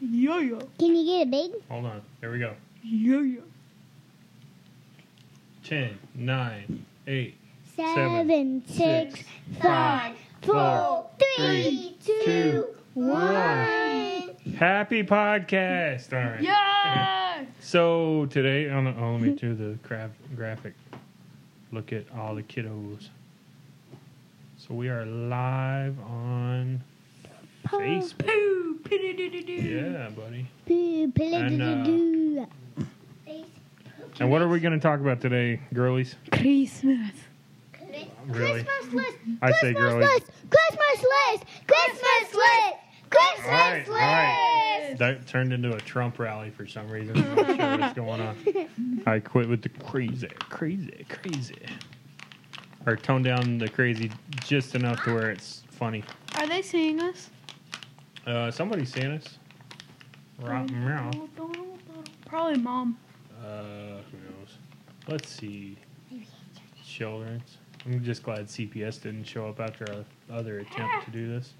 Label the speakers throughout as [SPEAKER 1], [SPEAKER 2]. [SPEAKER 1] Yo yo.
[SPEAKER 2] Can you get a big?
[SPEAKER 3] Hold on. Here we go.
[SPEAKER 1] Yo yo.
[SPEAKER 3] Ten, nine, eight,
[SPEAKER 2] Seven, six, five, four, three, two, one.
[SPEAKER 3] Happy podcast. All right.
[SPEAKER 1] Yeah.
[SPEAKER 3] So today, on oh, let me do the graph, graphic. Look at all the kiddos. So we are live on Facebook.
[SPEAKER 1] Poo. Yeah.
[SPEAKER 3] Yeah, buddy.
[SPEAKER 2] Boo,
[SPEAKER 3] And, uh,
[SPEAKER 2] pillidididoo.
[SPEAKER 3] And what are we going to talk about today, girlies?
[SPEAKER 1] Christmas.
[SPEAKER 3] Really?
[SPEAKER 2] Christmas list.
[SPEAKER 3] I say
[SPEAKER 2] Christmas
[SPEAKER 3] girlies.
[SPEAKER 2] list. Christmas list. Christmas list. Christmas
[SPEAKER 3] Alright,
[SPEAKER 2] list.
[SPEAKER 3] alright. That turned into a Trump rally for some reason. I'm not sure what's going on. I quit with the crazy, crazy, crazy. Or tone down the crazy just enough to where it's funny.
[SPEAKER 1] Are they seeing us?
[SPEAKER 3] Uh, somebody's seeing us. Right meow.
[SPEAKER 1] Probably mom.
[SPEAKER 3] Uh, who knows? Let's see. Children's. I'm just glad CPS didn't show up after our other attempt to do this.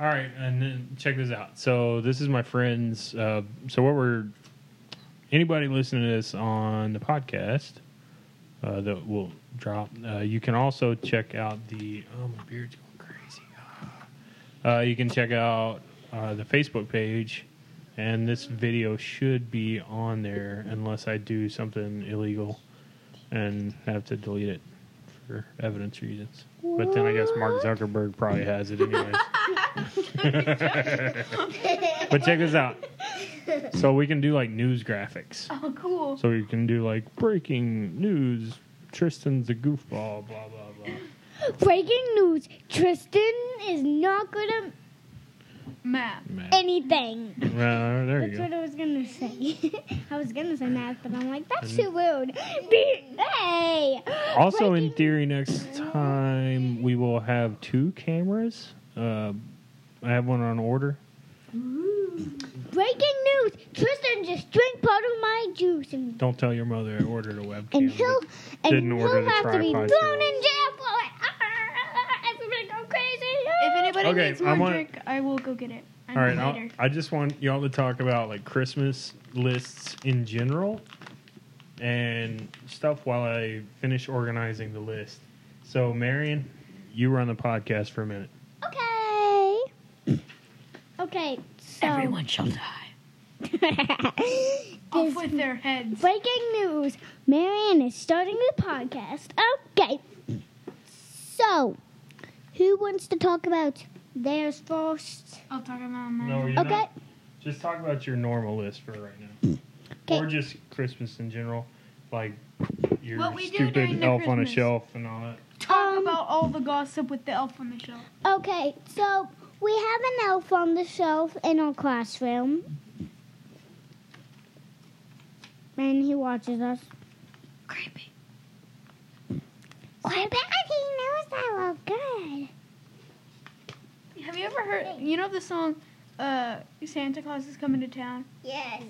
[SPEAKER 3] All right, and then check this out. So this is my friend's. Uh, so what we're anybody listening to this on the podcast uh, that will drop. Uh, you can also check out the. Oh, my beard's going crazy. Uh, you can check out uh, the Facebook page and this video should be on there unless I do something illegal and have to delete it for evidence reasons. But then I guess Mark Zuckerberg probably has it anyways. but check this out. So we can do like news graphics.
[SPEAKER 1] Oh, cool.
[SPEAKER 3] So you can do like breaking news, Tristan's a goofball, blah blah blah.
[SPEAKER 2] Breaking news: Tristan is not good at
[SPEAKER 1] Math.
[SPEAKER 3] Man.
[SPEAKER 2] anything.
[SPEAKER 3] Well, there you
[SPEAKER 2] That's
[SPEAKER 3] go.
[SPEAKER 2] what I was gonna say. I was gonna say math, but I'm like, that's too rude. Be- hey.
[SPEAKER 3] Also, in
[SPEAKER 2] Breaking-
[SPEAKER 3] theory, next time we will have two cameras. Uh, I have one on order.
[SPEAKER 2] breaking news: Tristan just drank part of my juice, and
[SPEAKER 3] Don't tell your mother I ordered a webcam.
[SPEAKER 2] and he'll and
[SPEAKER 3] Didn't order
[SPEAKER 2] he'll
[SPEAKER 3] the
[SPEAKER 2] have to be thrown in
[SPEAKER 3] tripod series.
[SPEAKER 2] jail for it. Ah, everybody go crazy.
[SPEAKER 1] If anybody
[SPEAKER 3] Okay,
[SPEAKER 1] needs
[SPEAKER 3] I
[SPEAKER 1] more
[SPEAKER 3] want-
[SPEAKER 1] drink, I will go get it. I
[SPEAKER 3] All right,
[SPEAKER 1] know
[SPEAKER 3] I'll,
[SPEAKER 1] later.
[SPEAKER 3] I just want y'all to talk about like Christmas lists in general and stuff while I finish organizing the list. So, Marion, you were on the podcast for a minute.
[SPEAKER 2] Okay. Okay. So
[SPEAKER 1] shall die. Off
[SPEAKER 2] This
[SPEAKER 1] with their heads.
[SPEAKER 2] Breaking news Marianne is starting the podcast. Okay. So, who wants to talk about theirs first?
[SPEAKER 1] I'll talk about
[SPEAKER 3] No,
[SPEAKER 1] mine.
[SPEAKER 3] you're
[SPEAKER 2] okay.
[SPEAKER 3] not. Just talk about your normal list for right now,
[SPEAKER 2] Okay.
[SPEAKER 3] or just Christmas in general, like your
[SPEAKER 1] What we do during
[SPEAKER 3] stupid
[SPEAKER 1] the
[SPEAKER 3] elf on a
[SPEAKER 1] Christmas.
[SPEAKER 3] shelf and all that.
[SPEAKER 1] Talk
[SPEAKER 2] Um,
[SPEAKER 1] about all the gossip with the elf on the shelf.
[SPEAKER 2] Okay, so we have an elf on the shelf in our classroom. And he watches us.
[SPEAKER 1] Creepy.
[SPEAKER 2] Oh, I bet he knows that we're good.
[SPEAKER 1] Have you ever heard? You know the song, uh, Santa Claus is coming to town.
[SPEAKER 2] Yes.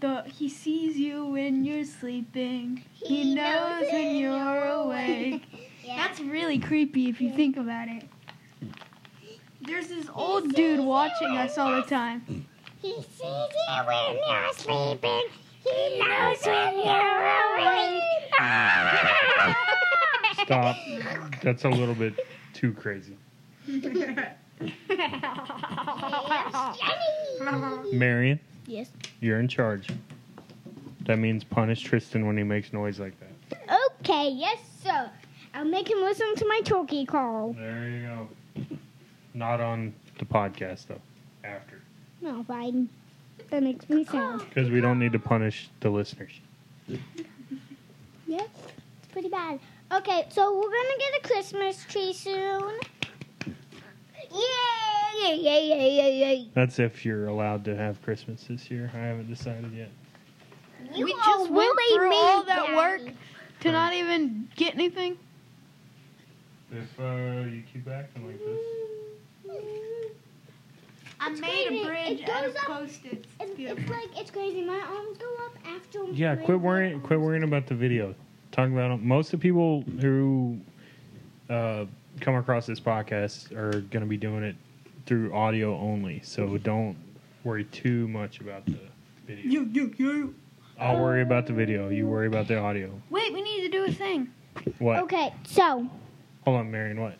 [SPEAKER 1] The he sees you when you're sleeping. He, knows, when you're awake. That's really creepy if you think about it. There's this old dude watching us all the time.
[SPEAKER 2] He sees you when you're sleeping. He knows when you're awake.
[SPEAKER 3] Stop. That's a little bit too crazy. Marion,
[SPEAKER 2] Yes.
[SPEAKER 3] you're in charge. That means punish Tristan when he makes noise like that.
[SPEAKER 2] Okay, yes, sir. I'll make him listen to my turkey call.
[SPEAKER 3] There you go. Not on the podcast though. After,
[SPEAKER 2] No, fine. That makes me sad.
[SPEAKER 3] because we don't need to punish the listeners.
[SPEAKER 2] Yes, it's pretty bad. Okay, so we're gonna get a Christmas tree soon. Yay! Yay! Yay! Yay! Yay! yay.
[SPEAKER 3] That's if you're allowed to have Christmas this year. I haven't decided yet.
[SPEAKER 2] You
[SPEAKER 1] we
[SPEAKER 2] are
[SPEAKER 1] just went
[SPEAKER 2] really
[SPEAKER 1] through
[SPEAKER 2] mean,
[SPEAKER 1] all that
[SPEAKER 2] Daddy.
[SPEAKER 1] work to not even get anything.
[SPEAKER 3] If uh, you keep acting like this.
[SPEAKER 1] I
[SPEAKER 2] It's
[SPEAKER 1] made
[SPEAKER 2] crazy.
[SPEAKER 1] a bridge
[SPEAKER 2] It
[SPEAKER 1] out
[SPEAKER 2] goes
[SPEAKER 1] of
[SPEAKER 2] up-
[SPEAKER 1] post-its.
[SPEAKER 2] It's,
[SPEAKER 1] It's beautiful.
[SPEAKER 2] it's like it's crazy. My arms go up after.
[SPEAKER 3] Yeah,
[SPEAKER 2] my
[SPEAKER 3] quit worrying. Quit
[SPEAKER 2] arms.
[SPEAKER 3] worrying about the video. Talk about them. Most of the people who uh, come across this podcast are going to be doing it through audio only, so don't worry too much about the video.
[SPEAKER 1] You, you, you.
[SPEAKER 3] I'll worry about the video. You worry about the audio.
[SPEAKER 1] Wait, we need to do a thing.
[SPEAKER 3] What?
[SPEAKER 2] Okay, Uh, so
[SPEAKER 3] Hold on, Marion. What?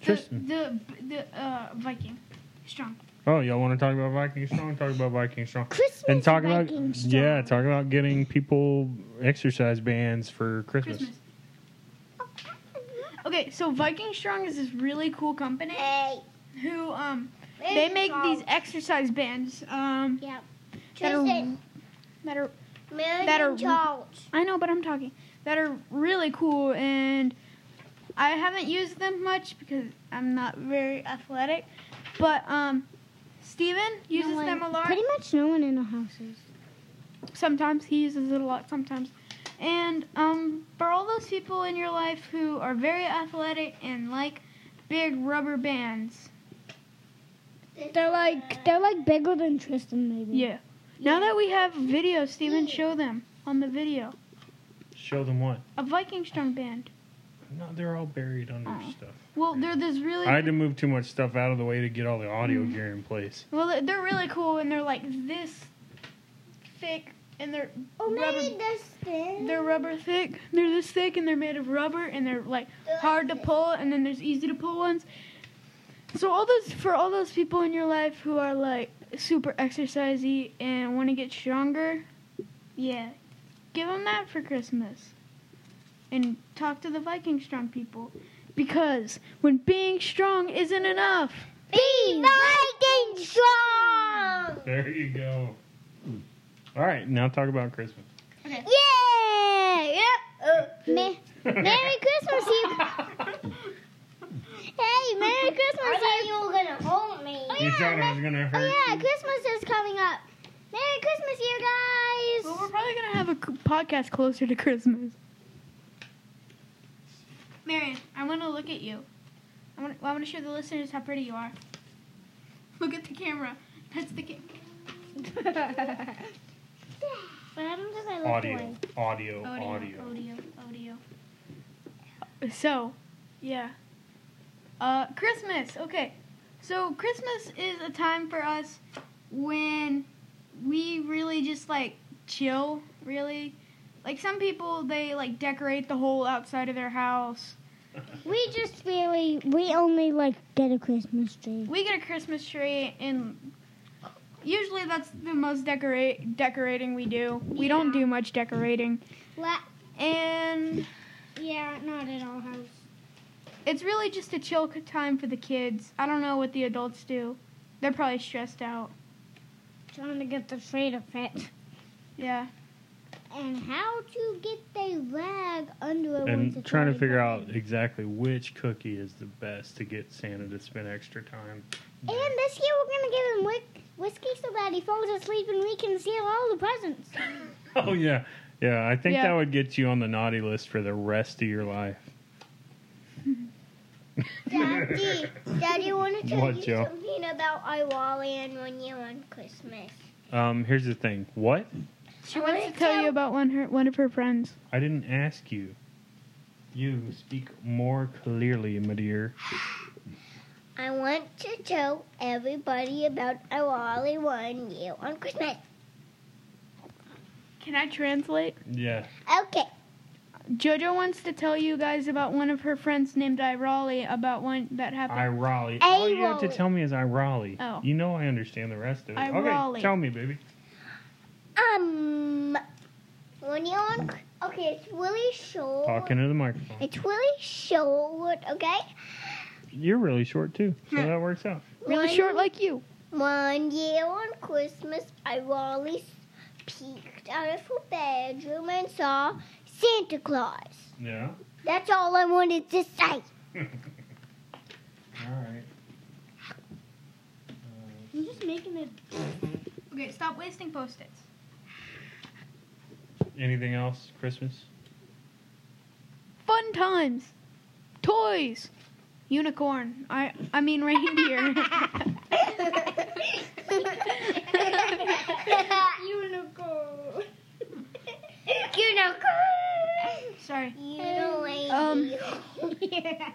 [SPEAKER 1] The,
[SPEAKER 3] Tristan.
[SPEAKER 1] the, the uh, Viking. Strong.
[SPEAKER 3] Oh, y'all want to talk about Viking Strong? Talk about Viking Strong.
[SPEAKER 2] Christmas
[SPEAKER 3] and talk
[SPEAKER 2] Viking
[SPEAKER 3] about
[SPEAKER 2] Strong.
[SPEAKER 3] yeah, talk about getting people exercise bands for Christmas.
[SPEAKER 1] Christmas. Okay, so Viking Strong is this really cool company who um they make these exercise bands um
[SPEAKER 2] Yeah.
[SPEAKER 1] that are,
[SPEAKER 4] Tristan.
[SPEAKER 1] that are
[SPEAKER 4] Mary
[SPEAKER 1] That are-
[SPEAKER 4] and Charles.
[SPEAKER 1] I know, but I'm talking that are really cool and I haven't used them much because I'm not very athletic, but um Steven uses
[SPEAKER 2] No one-
[SPEAKER 1] them a lot.
[SPEAKER 2] Pretty much no one in the house is.
[SPEAKER 1] Sometimes he uses it a lot. Sometimes, and um, for all those people in your life who are very athletic and like big rubber bands,
[SPEAKER 2] They're like they're like bigger than Tristan maybe.
[SPEAKER 1] yeah. Now that we have video, Steven, show them on the video
[SPEAKER 3] Show them what?
[SPEAKER 1] a Viking Strong band.
[SPEAKER 3] No, they're all buried under stuff.
[SPEAKER 1] Well, they're this really.
[SPEAKER 3] I had to move too much stuff out of the way to get all the audio gear in place.
[SPEAKER 1] well, they're- they're really cool, and they're like this thick, and they're
[SPEAKER 4] Oh,
[SPEAKER 1] rubber.
[SPEAKER 4] maybe this thing.
[SPEAKER 1] They're rubber thick. They're this thick and they're made of rubber and they're like hard to pull and then there's easy to pull ones. So all those for all those people in your life who are like super exercisey and want to get stronger, yeah, give them that for Christmas. And talk to the Viking strong people because when being strong isn't enough,
[SPEAKER 4] Be Viking strong!
[SPEAKER 3] There you go. Hmm. All right, now talk about Christmas.
[SPEAKER 4] Yeah!
[SPEAKER 1] Uh.
[SPEAKER 2] Ma- Merry Christmas, you. hey, Merry Christmas,
[SPEAKER 4] I
[SPEAKER 2] you.
[SPEAKER 4] thought you were gonna hold me.
[SPEAKER 3] you thought I was gonna
[SPEAKER 2] Oh
[SPEAKER 3] hurt?
[SPEAKER 2] yeah,
[SPEAKER 3] you?
[SPEAKER 2] Christmas is coming up. Merry Christmas, you guys.
[SPEAKER 1] well, we're probably gonna have a c- podcast closer to Christmas. Marion, I want to look at you. I want. I want to show the listeners how pretty you are. Look at the camera. That's the camera.
[SPEAKER 2] what happens if I
[SPEAKER 3] Audio, audio,
[SPEAKER 1] audio,
[SPEAKER 3] audio.
[SPEAKER 1] audio, audio. So, yeah. Uh, Christmas. Okay. So Christmas is a time for us when we really just like chill. Really, like some people they like decorate the whole outside of their house.
[SPEAKER 2] We just really we only like get a Christmas tree.
[SPEAKER 1] We get a Christmas tree, and usually that's the most decorate decorating we do. We don't do much decorating,
[SPEAKER 2] La-
[SPEAKER 1] and
[SPEAKER 2] yeah, not at our house.
[SPEAKER 1] it's really just a chill c- time for the kids. I don't know what the adults do. They're probably stressed out.
[SPEAKER 2] Trying to get the tree to fit.
[SPEAKER 1] Yeah.
[SPEAKER 2] And how to get the rag under it? once
[SPEAKER 3] And
[SPEAKER 2] it's
[SPEAKER 3] trying to
[SPEAKER 2] already
[SPEAKER 3] figure
[SPEAKER 2] done.
[SPEAKER 3] out exactly which cookie is the best to get Santa to spend extra time.
[SPEAKER 2] And this year we're gonna give him whisk- whiskey so that he falls asleep and we can seal all the presents.
[SPEAKER 3] Oh yeah, yeah. I think
[SPEAKER 1] Yeah.
[SPEAKER 3] that would get you on the naughty list for the rest of your life.
[SPEAKER 4] Daddy, Daddy, I want to tell
[SPEAKER 3] What,
[SPEAKER 4] you
[SPEAKER 3] Joe?
[SPEAKER 4] something about Iwali and when you on Christmas.
[SPEAKER 3] Um, here's the thing. What?
[SPEAKER 1] She wants to
[SPEAKER 4] I wanna
[SPEAKER 1] tell you
[SPEAKER 4] tell-
[SPEAKER 1] about one her one of her friends.
[SPEAKER 3] I didn't ask you. You speak more clearly, my dear.
[SPEAKER 4] I want to tell everybody about Iwali one year on Christmas.
[SPEAKER 1] Can I translate?
[SPEAKER 3] Yeah.
[SPEAKER 4] Okay.
[SPEAKER 1] Jojo wants to tell you guys about one of her friends named Irali about one that
[SPEAKER 3] I
[SPEAKER 1] happened.
[SPEAKER 3] Raleigh. All you have to
[SPEAKER 4] Raleigh.
[SPEAKER 3] tell me is I Raleigh.
[SPEAKER 1] Oh.
[SPEAKER 3] You know I understand the rest of it.
[SPEAKER 1] I
[SPEAKER 3] okay,
[SPEAKER 1] Raleigh.
[SPEAKER 3] tell me, baby.
[SPEAKER 4] Um, when you on, okay, it's really short.
[SPEAKER 3] Talk into the microphone.
[SPEAKER 4] It's really short, okay?
[SPEAKER 3] You're really short too, so that works out.
[SPEAKER 1] really
[SPEAKER 4] One-
[SPEAKER 1] short like you.
[SPEAKER 4] One year on Christmas, I Wally peeked out of her bedroom and saw Santa Claus.
[SPEAKER 3] Yeah.
[SPEAKER 4] That's all I wanted to say.
[SPEAKER 3] All right.
[SPEAKER 2] I'm just making it.
[SPEAKER 1] Okay, stop wasting post-its.
[SPEAKER 3] Anything else? Christmas.
[SPEAKER 1] Fun times. Toys. Unicorn. I I mean reindeer.
[SPEAKER 4] Unicorn. Unicorn.
[SPEAKER 1] Sorry.
[SPEAKER 4] Unicorn.
[SPEAKER 1] Um,
[SPEAKER 4] Unicorn.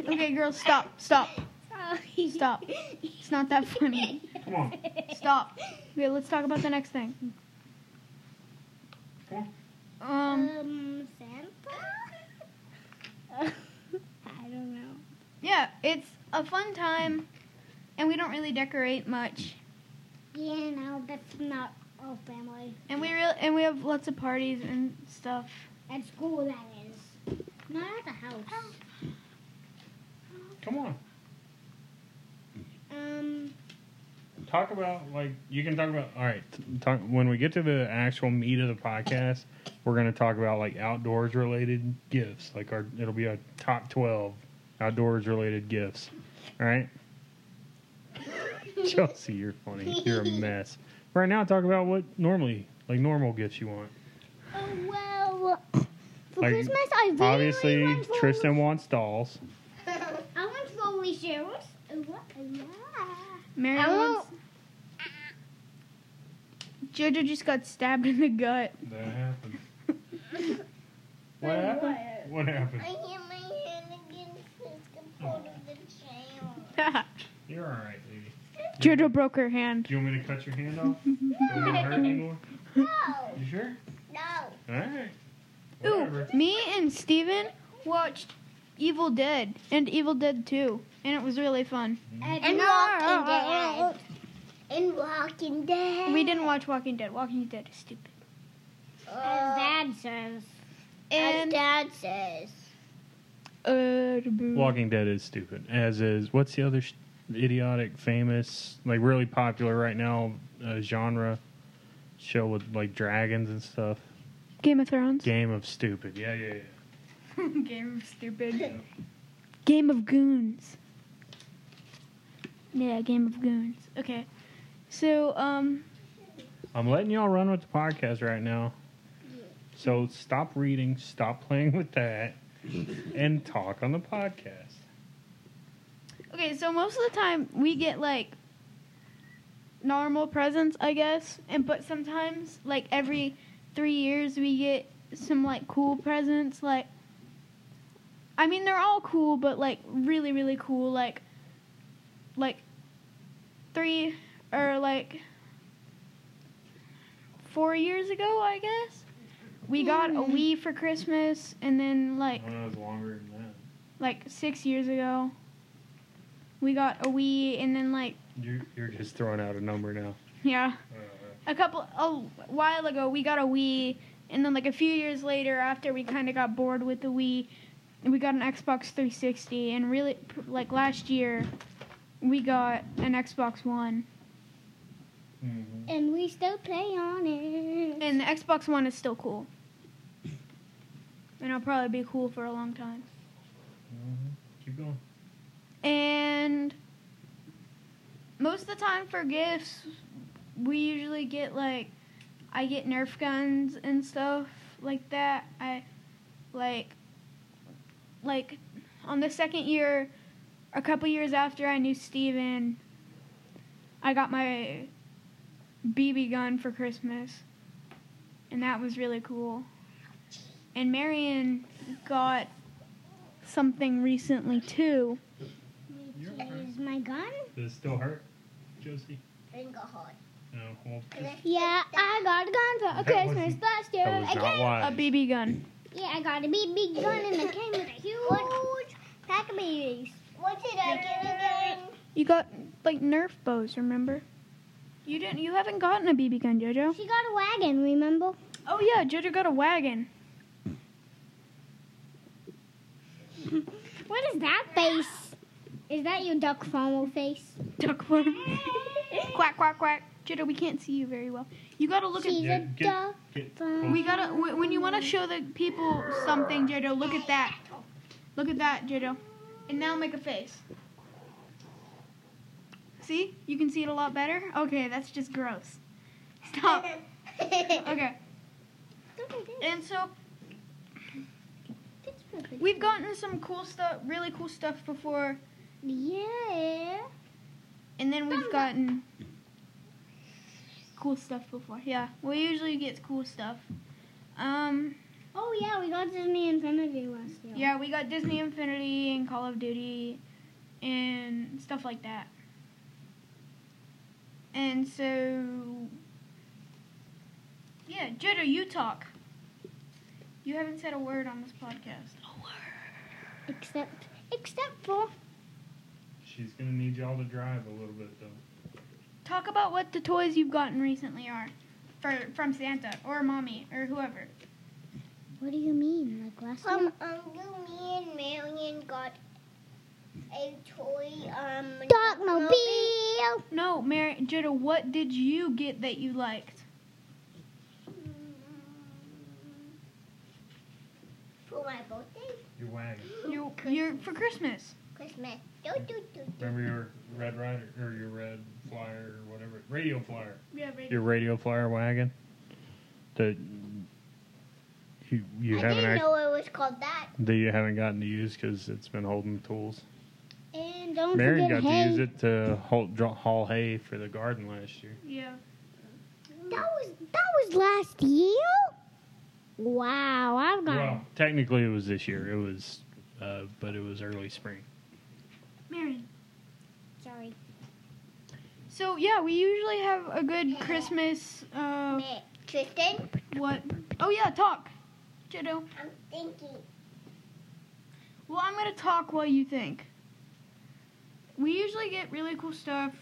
[SPEAKER 1] Okay, girls, stop. Stop.
[SPEAKER 4] Sorry.
[SPEAKER 1] Stop. It's not that funny.
[SPEAKER 3] Come on.
[SPEAKER 1] Stop. Okay, let's talk about the next thing. Um,
[SPEAKER 2] Um, Santa?
[SPEAKER 5] I don't know.
[SPEAKER 1] yeah, it's a fun time, and we don't really decorate much.
[SPEAKER 2] You know, that's not our family.
[SPEAKER 1] And we real and we have lots of parties and stuff.
[SPEAKER 2] At school, that is. Not at the house.
[SPEAKER 3] Come on.
[SPEAKER 2] Um,
[SPEAKER 3] Talk about like you can talk about all right. t- Talk when we get to the actual meat of the podcast. We're gonna talk about like outdoors related gifts. Like our it'll be our top twelve outdoors related gifts. All right. Chelsea, you're funny. You're a mess. Right now, talk about what normally like normal gifts you want.
[SPEAKER 2] oh, well.
[SPEAKER 5] For
[SPEAKER 3] Like,
[SPEAKER 5] Christmas, I really
[SPEAKER 3] Obviously,
[SPEAKER 5] want for-
[SPEAKER 3] Tristan wants dolls.
[SPEAKER 2] I want Foley Sherrills. Oh, what? Oh, yeah.
[SPEAKER 1] Mary
[SPEAKER 2] I
[SPEAKER 1] wants- Jojo just got stabbed in the gut.
[SPEAKER 3] That happened. What happened? What happened?
[SPEAKER 2] I hit my head against the support of the
[SPEAKER 3] Oh.
[SPEAKER 2] chair.
[SPEAKER 3] You're all right, lady.
[SPEAKER 1] Jojo broke her hand.
[SPEAKER 3] Do you want me to cut your hand off? Don't want it to hurt anymore.
[SPEAKER 2] No,
[SPEAKER 3] You sure?
[SPEAKER 2] no.
[SPEAKER 3] All right.
[SPEAKER 1] Ooh, me and Steven watched Evil Dead and Evil Dead 2, and it was really fun.
[SPEAKER 2] And,
[SPEAKER 1] Walking
[SPEAKER 2] Dead. And Walking Dead.
[SPEAKER 1] We didn't watch Walking Dead. Walking Dead is stupid.
[SPEAKER 2] As Dad says.
[SPEAKER 1] And
[SPEAKER 2] Dad says.
[SPEAKER 1] uh, boo.
[SPEAKER 3] Walking Dead is stupid. As is what's the other sh- idiotic, famous, like really popular right now uh, genre show with like dragons and stuff?
[SPEAKER 1] Game of Thrones.
[SPEAKER 3] Game of Stupid. Yeah, yeah, yeah.
[SPEAKER 1] Game of stupid. Game of goons. Yeah, Game of Goons. Okay. So, um,
[SPEAKER 3] I'm letting y'all run with the podcast right now. So stop reading, stop playing with that, and talk on the podcast.
[SPEAKER 1] okay, so most of the time we get like normal presents, I guess, and but sometimes like every 3 years we get some like cool presents like I mean, they're all cool, but like really really cool like like 3 or like 4 years ago, I guess. We got a Wii for Christmas and then like
[SPEAKER 3] know it's longer than that.
[SPEAKER 1] like six years ago. We got a Wii, and then like
[SPEAKER 3] You're, you're just throwing out a number now.
[SPEAKER 1] yeah,
[SPEAKER 3] Uh,
[SPEAKER 1] a couple a while ago we got a Wii, and then like a few years later, after we kind of got bored with the Wii, we got an Xbox 360, and really p- like last year, we got an Xbox One,
[SPEAKER 3] Mm-hmm.
[SPEAKER 2] And we still play on it.
[SPEAKER 1] and the Xbox One is still cool, and it'll probably be cool for a long time.
[SPEAKER 3] mm-hmm. Keep going.
[SPEAKER 1] And most of the time for gifts, we usually get like I get Nerf guns and stuff like that. I like like on the second year, a couple years after I knew Steven, I got my BB gun for Christmas. And that was really cool. And Marion got something recently too.
[SPEAKER 3] You're
[SPEAKER 2] Is my gun?
[SPEAKER 3] Does it still hurt, Josie?
[SPEAKER 2] Ring a heart.
[SPEAKER 3] No. Well,
[SPEAKER 2] Yeah, I got a gun
[SPEAKER 3] That
[SPEAKER 2] for Christmas
[SPEAKER 3] wasn't-
[SPEAKER 2] last year.
[SPEAKER 3] that was
[SPEAKER 2] I
[SPEAKER 3] not
[SPEAKER 1] A
[SPEAKER 3] wise.
[SPEAKER 1] BB gun.
[SPEAKER 2] Yeah, I got a big, big gun and it came with a huge pack of babies. What did I get again?
[SPEAKER 1] You got like Nerf bows, remember? You didn't. You haven't gotten a BB gun, Jojo.
[SPEAKER 2] She got a wagon, remember?
[SPEAKER 1] Oh yeah, Jojo got a wagon.
[SPEAKER 2] What is that face? Is that your duck farmer face?
[SPEAKER 1] Duck farm. quack quack quack. Jojo, we can't see you very well. You gotta look
[SPEAKER 2] She's
[SPEAKER 3] Yeah,
[SPEAKER 2] a
[SPEAKER 3] get-
[SPEAKER 2] duck
[SPEAKER 3] get
[SPEAKER 2] farmer.
[SPEAKER 1] at. We gotta. wh- When you want to show the people something, Jojo, look at that. Look at that, Jojo. And now make a face. See? You can see it a lot better. Okay, that's just gross. Stop. Okay. And so we've gotten some cool stuff, really cool stuff before.
[SPEAKER 2] Yeah.
[SPEAKER 1] And then we've gotten cool stuff before. Yeah, we usually get cool stuff. Um,
[SPEAKER 2] Oh yeah, we got Disney Infinity last year.
[SPEAKER 1] yeah, we got Disney Infinity and Call of Duty and stuff like that. And so, yeah, Jetta, you talk. You haven't said a word on this podcast. A word.
[SPEAKER 2] Except, except for
[SPEAKER 3] She's gonna need y'all to drive a little bit though.
[SPEAKER 1] Talk about what the toys you've gotten recently are, for from Santa or mommy or whoever.
[SPEAKER 2] what do you mean? Like last time?
[SPEAKER 4] Um, Uncle me and Marion got a toy. Um,
[SPEAKER 2] Dogmobile.
[SPEAKER 1] No, Mary, Jetta, what did you get that you liked?
[SPEAKER 4] um, For my birthday,
[SPEAKER 3] Your wagon.
[SPEAKER 1] You, you're for Christmas.
[SPEAKER 4] Christmas. Do, do, do, do.
[SPEAKER 3] Remember your red rider or your red flyer or whatever radio flyer.
[SPEAKER 1] Yeah,
[SPEAKER 3] Your radio flyer wagon. That you you
[SPEAKER 4] I
[SPEAKER 3] haven't
[SPEAKER 4] didn't
[SPEAKER 3] act-
[SPEAKER 4] know it was called that.
[SPEAKER 3] that you haven't gotten to use because it's been holding tools.
[SPEAKER 2] And don't
[SPEAKER 3] Marion
[SPEAKER 2] forget
[SPEAKER 3] got
[SPEAKER 2] hay.
[SPEAKER 3] to use it to haul, draw, haul hay for the garden last year.
[SPEAKER 1] Yeah.
[SPEAKER 2] That was that was last year. Wow, I've got
[SPEAKER 3] Well, technically it was this year. It was, uh, but it was early spring.
[SPEAKER 1] Mary.
[SPEAKER 2] sorry.
[SPEAKER 1] So yeah, we usually have a good Christmas. Uh,
[SPEAKER 4] Me- Tristan,
[SPEAKER 1] what? Oh yeah, talk, Jitto.
[SPEAKER 4] I'm thinking.
[SPEAKER 1] Well, I'm gonna talk while you think. We usually get really cool stuff.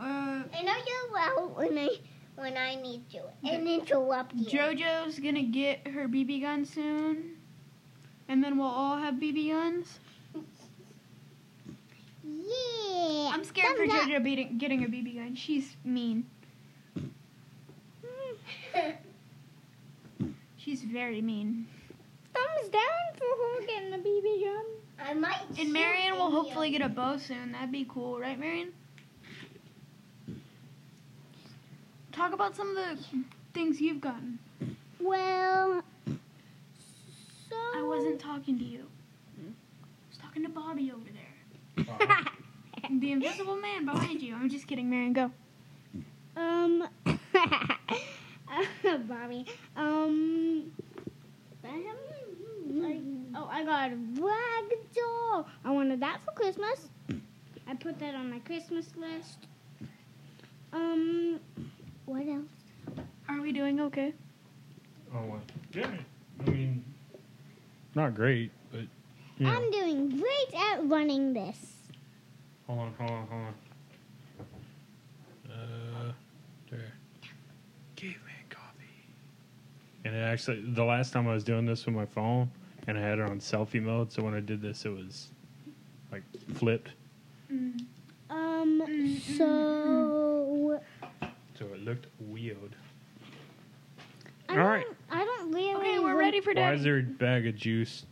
[SPEAKER 1] Uh,
[SPEAKER 4] I know you're well when I when I need to and interrupt you.
[SPEAKER 1] JoJo's gonna get her BB gun soon, and then we'll all have BB guns.
[SPEAKER 2] Yeah.
[SPEAKER 1] I'm scared for
[SPEAKER 2] Thumbs up.
[SPEAKER 1] JoJo beating, getting a BB gun. She's mean. She's very mean.
[SPEAKER 2] Thumbs down for her getting a BB gun.
[SPEAKER 4] I might.
[SPEAKER 1] And Marion will
[SPEAKER 4] shoot you.
[SPEAKER 1] hopefully get a bow soon. That'd be cool, right, Marion? Talk about some of the things you've gotten.
[SPEAKER 2] Well, so
[SPEAKER 1] I wasn't talking to you. I was talking to Bobby over there. The invisible man behind you. I'm just kidding, Marion. Go.
[SPEAKER 2] Um, uh, Bobby. Um, I, oh, I got a rag doll. I wanted that for Christmas. I put that on my Christmas list. Um, what else?
[SPEAKER 1] Are we doing okay?
[SPEAKER 3] Oh, what? Yeah. I mean, not great, but you know.
[SPEAKER 2] I'm doing great at running this.
[SPEAKER 3] Hold on, hold on, hold on. Uh, there. Caveman coffee. And it actually, the last time I was doing this with my phone, and I had it on selfie mode, so when I did this, it was like flipped,
[SPEAKER 1] Mm.
[SPEAKER 2] Um,
[SPEAKER 1] Mm-hmm.
[SPEAKER 2] so
[SPEAKER 3] so it looked weird.
[SPEAKER 2] I
[SPEAKER 3] All right.
[SPEAKER 2] don't, I don't really.
[SPEAKER 1] Okay, we're
[SPEAKER 2] want-
[SPEAKER 1] ready for
[SPEAKER 3] Why
[SPEAKER 1] daddy.
[SPEAKER 3] is there a bag of juice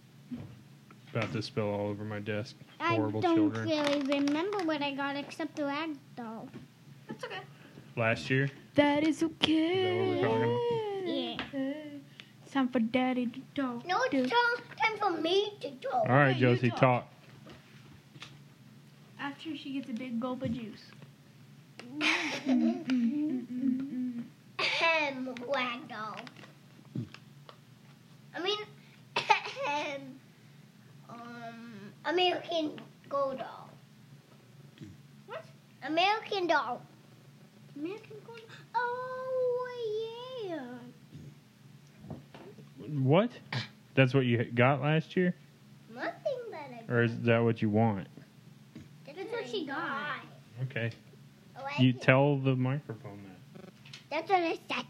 [SPEAKER 3] about to spill all over my desk?
[SPEAKER 2] I
[SPEAKER 3] Horrible
[SPEAKER 2] don't
[SPEAKER 3] children.
[SPEAKER 2] really remember what I got except the rag doll.
[SPEAKER 1] That's okay.
[SPEAKER 3] Last year,
[SPEAKER 1] That
[SPEAKER 3] Is
[SPEAKER 1] is okay.
[SPEAKER 3] that what
[SPEAKER 2] we're
[SPEAKER 1] It's time for daddy to talk.
[SPEAKER 4] No,
[SPEAKER 1] Dude.
[SPEAKER 4] it's time, time for me to go.
[SPEAKER 3] all right,
[SPEAKER 1] you
[SPEAKER 3] Josie,
[SPEAKER 1] talk.
[SPEAKER 3] talk.
[SPEAKER 1] After she gets a big gulp of juice.
[SPEAKER 4] Ahem, Ragdoll. I mean, ahem, um, American Gold Doll. What? American Doll.
[SPEAKER 2] American Gold. Oh yeah.
[SPEAKER 3] What? That's what you got last year,
[SPEAKER 4] Nothing that I
[SPEAKER 3] or is that what you want?
[SPEAKER 4] That's
[SPEAKER 2] what she got.
[SPEAKER 3] Okay.
[SPEAKER 4] Oh, I
[SPEAKER 3] You
[SPEAKER 4] can-
[SPEAKER 3] tell the microphone that.
[SPEAKER 4] That's what I said.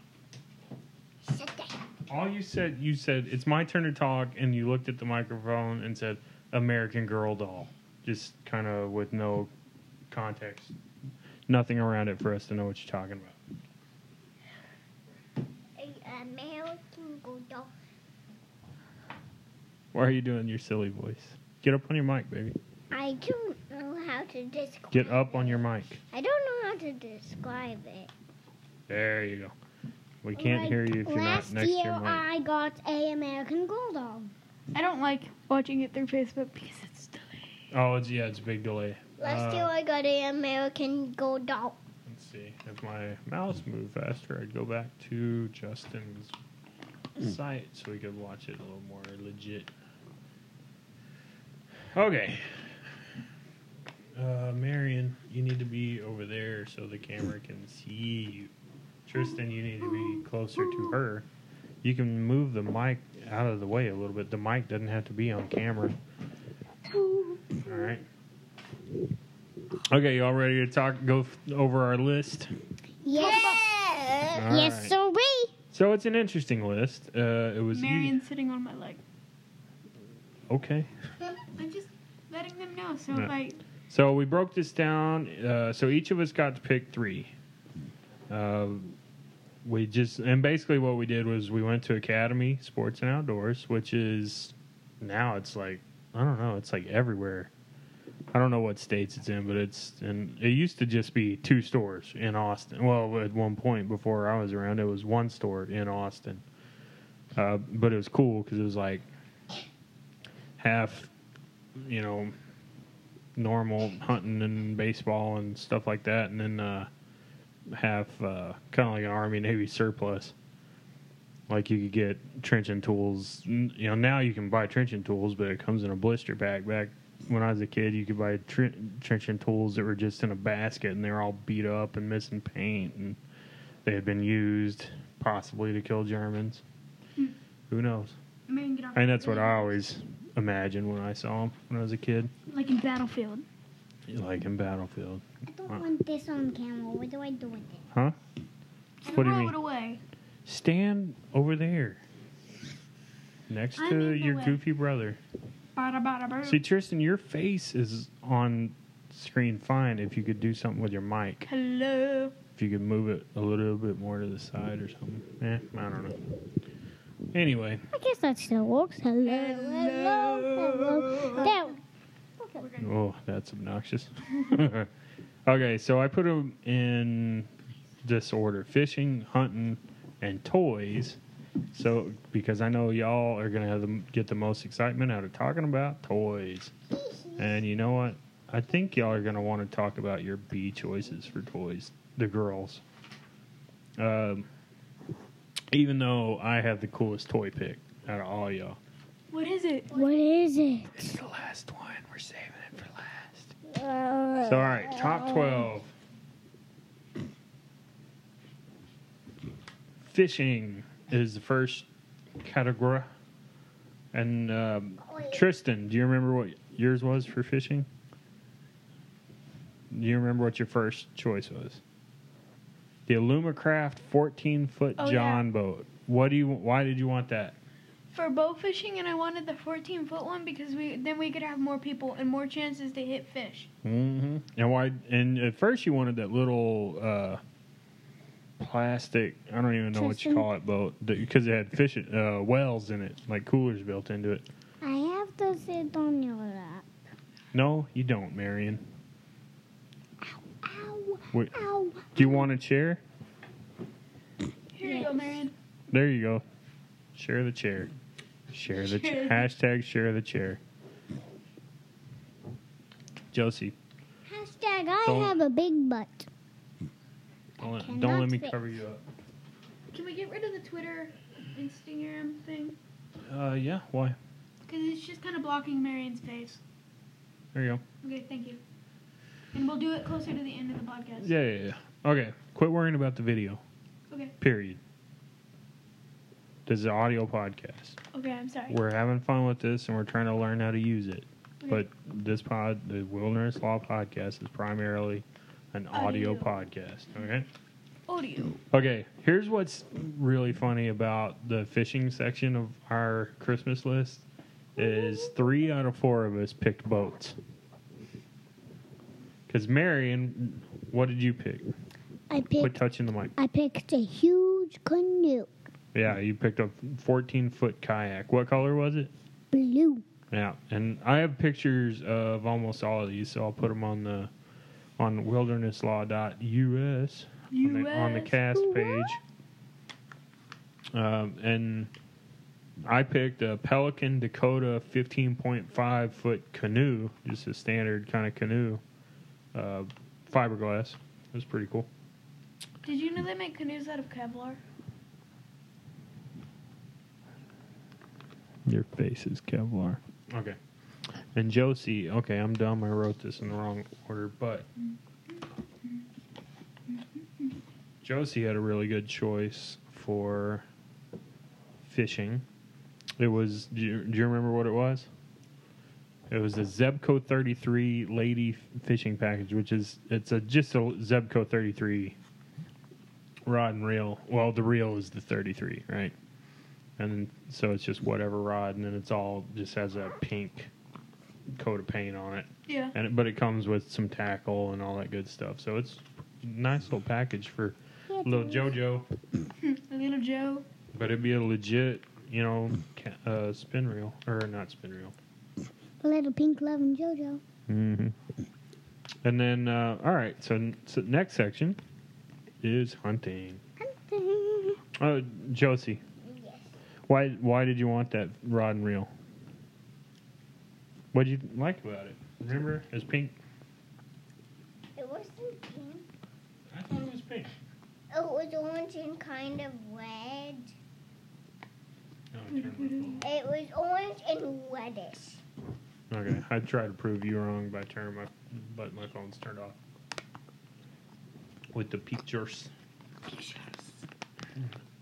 [SPEAKER 4] Said that.
[SPEAKER 3] All you said, you said, it's my turn to talk, and you looked at the microphone and said, American Girl doll. Just kind of with no context, nothing around it for us to know what you're talking about.
[SPEAKER 4] A- American Gold Doll.
[SPEAKER 3] Why are you doing your silly voice? Get up on your mic, baby.
[SPEAKER 4] I don't know how to describe
[SPEAKER 3] Get up on your mic.
[SPEAKER 4] I don't know how to describe it.
[SPEAKER 3] There you go. We can't
[SPEAKER 2] Like,
[SPEAKER 3] hear you if you're not
[SPEAKER 2] Last
[SPEAKER 3] next to
[SPEAKER 2] year,
[SPEAKER 3] your mic.
[SPEAKER 2] I got a American Gold doll.
[SPEAKER 1] I don't like watching it through Facebook because it's
[SPEAKER 3] oh, it's, yeah, it's a big delay.
[SPEAKER 4] Last
[SPEAKER 3] Uh,
[SPEAKER 4] year I got an American Gold Doll.
[SPEAKER 3] Let's see. If my mouse moved faster, I'd go back to Justin's site so we could watch it a little more legit. Okay. uh, Marion, you need to be over there so the camera can see you. Tristan, you need to be closer to her. You can move the mic out of the way a little bit. The mic doesn't have to be on camera. All right. Okay, you all ready to talk? Go f- over our list.
[SPEAKER 4] Yes.
[SPEAKER 3] All
[SPEAKER 2] yes,
[SPEAKER 3] right.
[SPEAKER 2] sir. We.
[SPEAKER 3] So it's an interesting list. Uh, it was e-
[SPEAKER 1] Marion's sitting on my leg.
[SPEAKER 3] okay.
[SPEAKER 1] I'm just letting them know. So
[SPEAKER 3] Yeah.
[SPEAKER 1] if I
[SPEAKER 3] So we broke this down. Uh, so each of us got to pick three. Uh, we just and basically what we did was we went to Academy Sports and Outdoors, which is now it's like I don't know, it's like everywhere. I don't know what states it's in, but it's and it used to just be two stores in Austin. Well, at one point before I was around, it was one store in Austin. Uh, but it was cool because it was like half, you know, normal hunting and baseball and stuff like that, and then uh, have uh, kind of like an Army Navy surplus. Like you could get trenching tools. N- You know, now you can buy trenching tools, but it comes in a blister pack. Back when I was a kid, you could buy tre- trenching tools that were just in a basket, and they're all beat up and missing paint, and they had been used possibly to kill Germans. Who knows?
[SPEAKER 1] Marion get off,
[SPEAKER 3] And that's what I always imagined when I saw them when I was a kid,
[SPEAKER 1] like in Battlefield.
[SPEAKER 3] like in Battlefield.
[SPEAKER 2] I don't want this on camera. What do I do with it?
[SPEAKER 3] What do you
[SPEAKER 1] Throw
[SPEAKER 3] mean?
[SPEAKER 1] it away.
[SPEAKER 3] Stand over there. Next
[SPEAKER 1] I'm
[SPEAKER 3] to
[SPEAKER 1] in the
[SPEAKER 3] your
[SPEAKER 1] way.
[SPEAKER 3] goofy brother.
[SPEAKER 1] Bada bada bada.
[SPEAKER 3] See, Tristan, your face is on screen fine if you could do something with your mic.
[SPEAKER 1] Hello.
[SPEAKER 3] If you could move it a little bit more to the side or something. Eh, I don't know. Anyway,
[SPEAKER 2] I guess that still works. Hello, hello, hello. There.
[SPEAKER 3] oh, that's obnoxious. okay, so I put them in this order fishing, hunting, and toys. So, because I know y'all are going to have the, get the most excitement out of talking about toys. And you know what? I think y'all are going to want to talk about your B choices for toys, the girls. Um, even though I have the coolest toy pick out of all y'all.
[SPEAKER 1] What is it?
[SPEAKER 2] What is it?
[SPEAKER 3] It's the last one. We're saving it for last. So, all right, top 12. Fishing is the first category. And um,
[SPEAKER 4] Oh,
[SPEAKER 3] Tristan, do you remember what yours was for fishing? Do you remember what your first choice was? The Alumacraft 14 foot
[SPEAKER 1] Oh, yeah.
[SPEAKER 3] John boat. What do you? Why did you want that?
[SPEAKER 1] For bow fishing, and I wanted the 14 foot one because we then we could have more people and more chances to hit fish.
[SPEAKER 3] Mm-hmm. And why? And at first you wanted that little uh, plastic. I don't even know what you
[SPEAKER 2] Tristan.
[SPEAKER 3] call it boat because it had fish uh, wells in it, like coolers built into it.
[SPEAKER 2] I have to sit on your lap.
[SPEAKER 3] No, you don't, Marion.
[SPEAKER 2] Ow,
[SPEAKER 3] Wait,
[SPEAKER 2] ow.
[SPEAKER 3] do you want a chair?
[SPEAKER 1] Here you go, Marion.
[SPEAKER 3] There you go. Share the chair. Share the chair.
[SPEAKER 1] Share.
[SPEAKER 3] Hashtag share the chair. Josie,
[SPEAKER 2] Hashtag I
[SPEAKER 3] Don't-
[SPEAKER 2] have a big butt.
[SPEAKER 3] don't let, don't
[SPEAKER 2] cannot
[SPEAKER 3] let me
[SPEAKER 2] fit.
[SPEAKER 3] cover you up.
[SPEAKER 1] Can we get rid of the Twitter, Instagram thing?
[SPEAKER 3] Uh, yeah. Why?
[SPEAKER 1] Because it's just kind of blocking Marion's face.
[SPEAKER 3] There you go.
[SPEAKER 1] Okay, thank you. And we'll do it closer to the end of the podcast.
[SPEAKER 3] Yeah, yeah, yeah. Okay. Quit worrying about the video.
[SPEAKER 1] Okay.
[SPEAKER 3] Period. This is an audio podcast.
[SPEAKER 1] Okay, I'm sorry.
[SPEAKER 3] We're having fun with this and we're trying to learn how to use it.
[SPEAKER 1] Okay.
[SPEAKER 3] But this pod, the Wilderness Law Podcast, is primarily an audio
[SPEAKER 1] Audio.
[SPEAKER 3] podcast. Okay.
[SPEAKER 1] Audio.
[SPEAKER 3] Okay. Here's what's really funny about the fishing section of our Christmas list is three out of four of us picked boats. Because Marion, what did you pick?
[SPEAKER 2] I
[SPEAKER 3] Quit
[SPEAKER 2] picked.
[SPEAKER 3] touching the mic.
[SPEAKER 2] I picked a huge canoe,
[SPEAKER 3] Yeah, you picked a 14 foot kayak. What color was it?
[SPEAKER 2] blue.
[SPEAKER 3] Yeah, and I have pictures of almost all of these, so I'll put them on the on wildernesslaw.us on the, on the
[SPEAKER 1] US.
[SPEAKER 3] cast page. Um, and I picked a Pelican Dakota 15.5 foot canoe, just a standard kind of canoe, uh, fiberglass. It was pretty cool.
[SPEAKER 1] Did you know they make canoes out of Kevlar?
[SPEAKER 3] Your face is Kevlar. Okay. and Josie. Okay, I'm dumb. I wrote this in the wrong order, but Josie had a really good choice for fishing. It was. Do you, do you remember what it was? It was a Zebco 33 lady f- fishing package, which is it's a just a Zebco 33 rod and reel. Well, the reel is the 33, right? And then, so it's just whatever rod, and then it's all just has a pink coat of paint on it.
[SPEAKER 1] Yeah.
[SPEAKER 3] And it, but it comes with some tackle and all that good stuff. So it's a nice little package for little JoJo.
[SPEAKER 1] Little Joe.
[SPEAKER 3] But it'd be a legit, you know, ca- uh, spin reel or not spin reel.
[SPEAKER 2] Little pink loving JoJo.
[SPEAKER 3] Mm-hmm. And then, uh, all right. So, n- so next section is hunting.
[SPEAKER 2] Uh,
[SPEAKER 3] Oh, Josie,
[SPEAKER 4] Yes.
[SPEAKER 3] why why did you want that rod and reel? What did you like about it? Remember, it was pink.
[SPEAKER 4] It wasn't pink. Oh,
[SPEAKER 3] I thought it was pink.
[SPEAKER 4] It was orange and kind of red. It was orange and reddish.
[SPEAKER 3] Okay, I tried to prove you wrong by turning my, but my phone's turned off. With the pictures.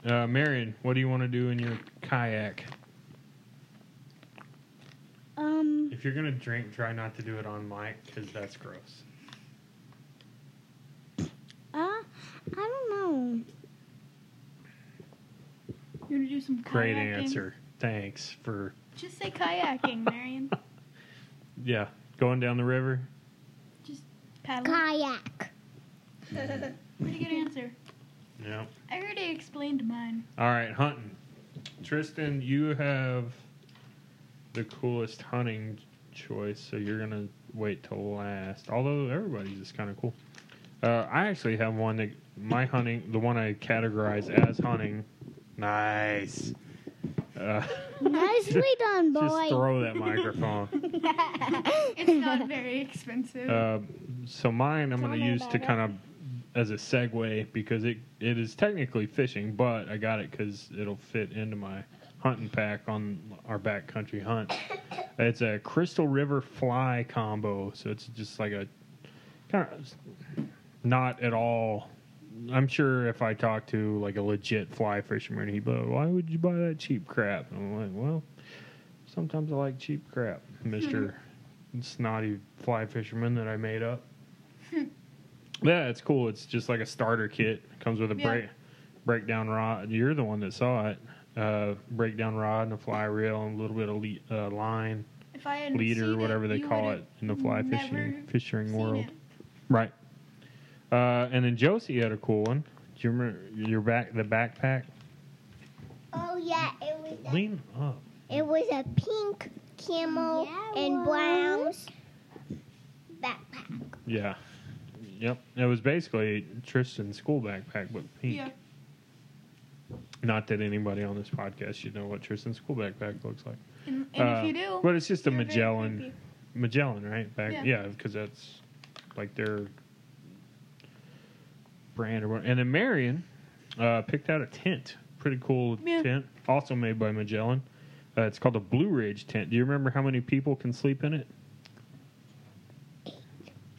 [SPEAKER 3] Uh, Marion, what do you want to do in your kayak?
[SPEAKER 2] Um,
[SPEAKER 3] If you're gonna drink, try not to do it on mic because that's gross.
[SPEAKER 2] uh, I don't know.
[SPEAKER 1] You're gonna do some kayaking.
[SPEAKER 3] Great answer. Thanks for
[SPEAKER 1] Just say kayaking, Marion.
[SPEAKER 3] yeah going down the river.
[SPEAKER 1] Paddle.
[SPEAKER 2] Kayak.
[SPEAKER 1] Pretty good answer.
[SPEAKER 3] Yeah.
[SPEAKER 1] I already explained mine.
[SPEAKER 3] All right, hunting. Tristan, you have the coolest hunting choice, so you're gonna wait till last. Although everybody's is kind of cool. Uh, I actually have one that my hunting, the one I categorize as hunting. Nice. Uh,
[SPEAKER 2] Nicely done,
[SPEAKER 3] just
[SPEAKER 2] boy.
[SPEAKER 3] throw that microphone.
[SPEAKER 1] It's not very expensive.
[SPEAKER 3] Uh, so mine I'm going to
[SPEAKER 4] Mm-hmm. me
[SPEAKER 3] use
[SPEAKER 4] about
[SPEAKER 3] to
[SPEAKER 4] it.
[SPEAKER 3] kind of as a segue because it it is technically fishing, but I got it because it'll fit into my hunting pack on our backcountry hunt. it's a Crystal River Fly combo, so it's just like a kind of not at all. I'm sure if I talk to like a legit fly fisherman, he'd be like, "Why would you buy that cheap crap?" And I'm like, "Well, sometimes I like cheap crap, Mister." snotty fly fisherman that I made up. yeah, it's cool. It's just like a starter kit. comes with a
[SPEAKER 1] Yeah.
[SPEAKER 3] break breakdown rod. You're the one that saw it. Uh, breakdown rod and a fly reel and a little bit of le- uh, line,
[SPEAKER 1] if I had
[SPEAKER 3] leader,
[SPEAKER 1] seen
[SPEAKER 3] whatever they
[SPEAKER 1] you
[SPEAKER 3] call it
[SPEAKER 1] would've
[SPEAKER 3] in the fly
[SPEAKER 1] never
[SPEAKER 3] fishing fishing
[SPEAKER 1] seen
[SPEAKER 3] world.
[SPEAKER 1] it.
[SPEAKER 3] Right. Uh, and then Josie had a cool one. Do you remember your back the backpack?
[SPEAKER 4] Oh yeah, it was a,
[SPEAKER 3] Lean up.
[SPEAKER 4] it was a pink camel
[SPEAKER 2] Yeah, it
[SPEAKER 4] and
[SPEAKER 2] was.
[SPEAKER 4] brown's backpack.
[SPEAKER 3] Yeah. Yep. It was basically Tristan's school backpack, but pink.
[SPEAKER 1] Yeah.
[SPEAKER 3] Not that anybody on this podcast should know what Tristan's school backpack looks like.
[SPEAKER 1] And, and
[SPEAKER 3] Uh,
[SPEAKER 1] if you do,
[SPEAKER 3] But it's just a
[SPEAKER 1] you're very
[SPEAKER 3] Magellan,
[SPEAKER 1] creepy.
[SPEAKER 3] Magellan, right? Back,
[SPEAKER 1] Yeah.
[SPEAKER 3] yeah, because that's like their brand or what. And then Marion uh, picked out a tent, pretty cool
[SPEAKER 1] Yeah.
[SPEAKER 3] tent, also made by Magellan. Uh, it's called a Blue Ridge tent. Do you remember how many people can sleep in it?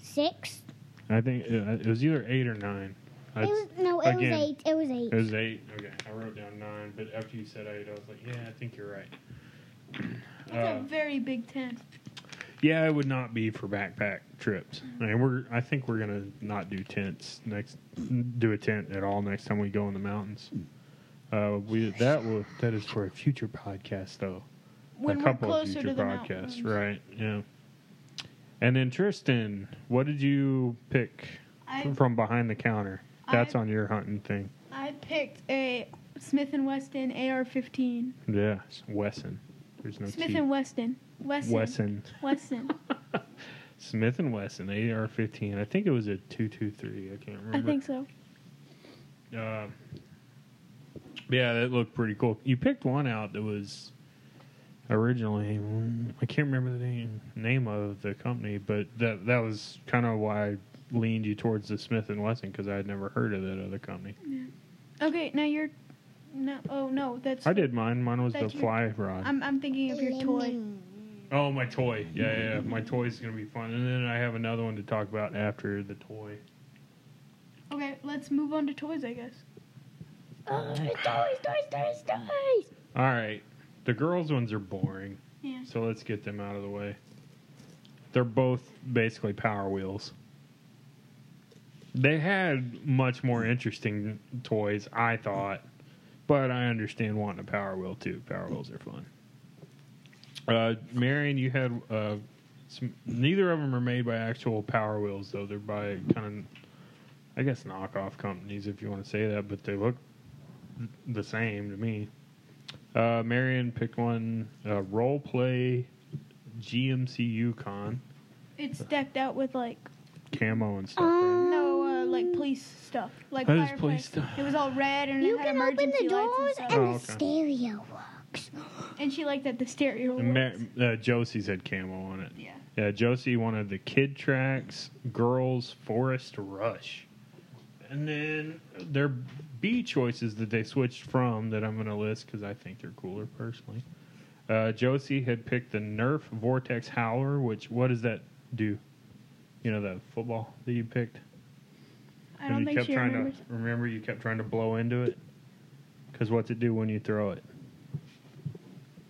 [SPEAKER 2] Six.
[SPEAKER 3] I think uh, it was either eight or nine.
[SPEAKER 2] It
[SPEAKER 3] That's-
[SPEAKER 2] was no. It
[SPEAKER 3] again.
[SPEAKER 2] was eight. It was eight.
[SPEAKER 3] It was eight. Okay, I wrote down nine, but after you said eight, I was like, yeah, I think you're right.
[SPEAKER 1] It's
[SPEAKER 3] Uh,
[SPEAKER 1] a very big tent.
[SPEAKER 3] Yeah, it would not be for backpack trips. And we're I think we're gonna not do tents next do a tent at all next time we go in the mountains. Uh, we that will that is for a future podcast though.
[SPEAKER 1] When
[SPEAKER 3] a
[SPEAKER 1] we're
[SPEAKER 3] couple of
[SPEAKER 1] closer
[SPEAKER 3] future
[SPEAKER 1] to the
[SPEAKER 3] podcasts,
[SPEAKER 1] mountains.
[SPEAKER 3] right? Yeah. And then Tristan, what did you pick
[SPEAKER 1] I,
[SPEAKER 3] from behind the counter? That's
[SPEAKER 1] I-
[SPEAKER 3] on your hunting thing.
[SPEAKER 1] I picked a Smith and Wesson AR-15.
[SPEAKER 3] Yeah, it's Wesson. There's no
[SPEAKER 1] Smith
[SPEAKER 3] T.
[SPEAKER 1] and Wesson. Wesson.
[SPEAKER 3] Wesson.
[SPEAKER 1] Wesson.
[SPEAKER 3] Smith and Wesson AR-15. I think it was a two-two-three. I can't remember.
[SPEAKER 1] I think so.
[SPEAKER 3] Uh, yeah, that looked pretty cool. You picked one out that was originally I can't remember the name name of the company, but that that was kind of why I leaned you towards the Smith and Wesson because I had never heard of that other company.
[SPEAKER 1] Okay, now you're. No. Oh no, that's.
[SPEAKER 3] I did mine. Mine was the
[SPEAKER 1] That's your-
[SPEAKER 3] fly rod.
[SPEAKER 1] I'm. I'm thinking of your toy.
[SPEAKER 4] Lemon.
[SPEAKER 3] Oh, my toy. Yeah, yeah, yeah. My toy is going to be fun. And then I have another one to talk about after the toy.
[SPEAKER 1] Okay, let's move on to toys, I guess.
[SPEAKER 2] Oh, toys, toys, toys, toys.
[SPEAKER 3] All right. The girls' ones are boring.
[SPEAKER 1] Yeah.
[SPEAKER 3] So let's get them out of the way. They're both basically Power Wheels. They had much more interesting toys, I thought, but I understand wanting a Power Wheel too. Power Wheels are fun. Uh, Marion, you had uh, some. Neither of them are made by actual Power Wheels, though. They're by kind of, I guess, knockoff companies, if you want to say that, but they look the same to me. Uh, Marion picked one uh, role play GMC Yukon
[SPEAKER 1] It's decked out with like
[SPEAKER 3] camo and stuff.
[SPEAKER 2] Um,
[SPEAKER 1] no uh, like police stuff. Like
[SPEAKER 3] Oh, there's
[SPEAKER 1] fire
[SPEAKER 3] police
[SPEAKER 1] play.
[SPEAKER 3] stuff.
[SPEAKER 1] It was all red and
[SPEAKER 2] You
[SPEAKER 1] it had
[SPEAKER 2] can open
[SPEAKER 1] emergency
[SPEAKER 2] the doors
[SPEAKER 1] lights
[SPEAKER 2] and
[SPEAKER 1] and stuff.
[SPEAKER 3] Oh,
[SPEAKER 2] the
[SPEAKER 3] okay.
[SPEAKER 2] stereo works.
[SPEAKER 1] And she liked that the stereo.
[SPEAKER 3] right? And Mar-
[SPEAKER 1] works.
[SPEAKER 3] uh, Josie's had camo on it.
[SPEAKER 1] yeah.
[SPEAKER 3] Yeah, Josie wanted the Kid Tracks Girls Forest Rush, and then their B choices that they switched from that I'm going to list because I think they're cooler personally. Uh, Josie had picked the Nerf Vortex Howler, which what does that do? You know the football that you picked.
[SPEAKER 1] I don't
[SPEAKER 3] you
[SPEAKER 1] think
[SPEAKER 3] kept
[SPEAKER 1] she
[SPEAKER 3] trying
[SPEAKER 1] remembers.
[SPEAKER 3] to remember. You kept trying to blow into it. Because what's it do when you throw it?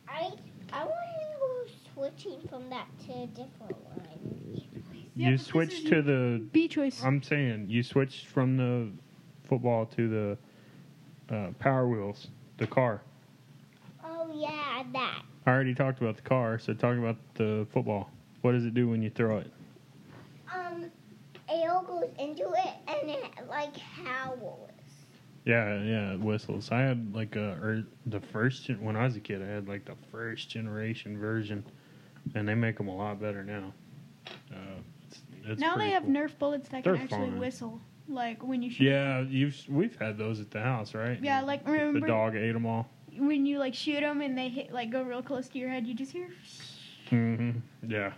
[SPEAKER 4] I I want to go switching from that to a different one.
[SPEAKER 3] you
[SPEAKER 1] Yeah, but this
[SPEAKER 3] switch
[SPEAKER 1] is-
[SPEAKER 3] to the.
[SPEAKER 1] B choice.
[SPEAKER 3] I'm saying you switched from the football to the uh, Power Wheels, the car.
[SPEAKER 4] Oh yeah, that.
[SPEAKER 3] I already talked about the car, so talk about the football. What does it do when you throw it?
[SPEAKER 4] Um, it all goes into it and it like howls.
[SPEAKER 3] Yeah, yeah, it whistles. I had like a or the first gen- when I was a kid, I had like the first generation version, and they make them a lot better now. Uh, it's, it's
[SPEAKER 1] now they
[SPEAKER 3] pretty
[SPEAKER 1] have
[SPEAKER 3] cool.
[SPEAKER 1] Nerf bullets that can
[SPEAKER 3] They're
[SPEAKER 1] actually
[SPEAKER 3] fine.
[SPEAKER 1] whistle, like when you shoot.
[SPEAKER 3] Yeah, you've we've had those at the house, right?
[SPEAKER 1] Yeah, like
[SPEAKER 3] the
[SPEAKER 1] remember
[SPEAKER 3] dog ate them all.
[SPEAKER 1] when you like shoot them and they hit like go real close to your head, you just hear.
[SPEAKER 3] Mm-hmm. Yeah.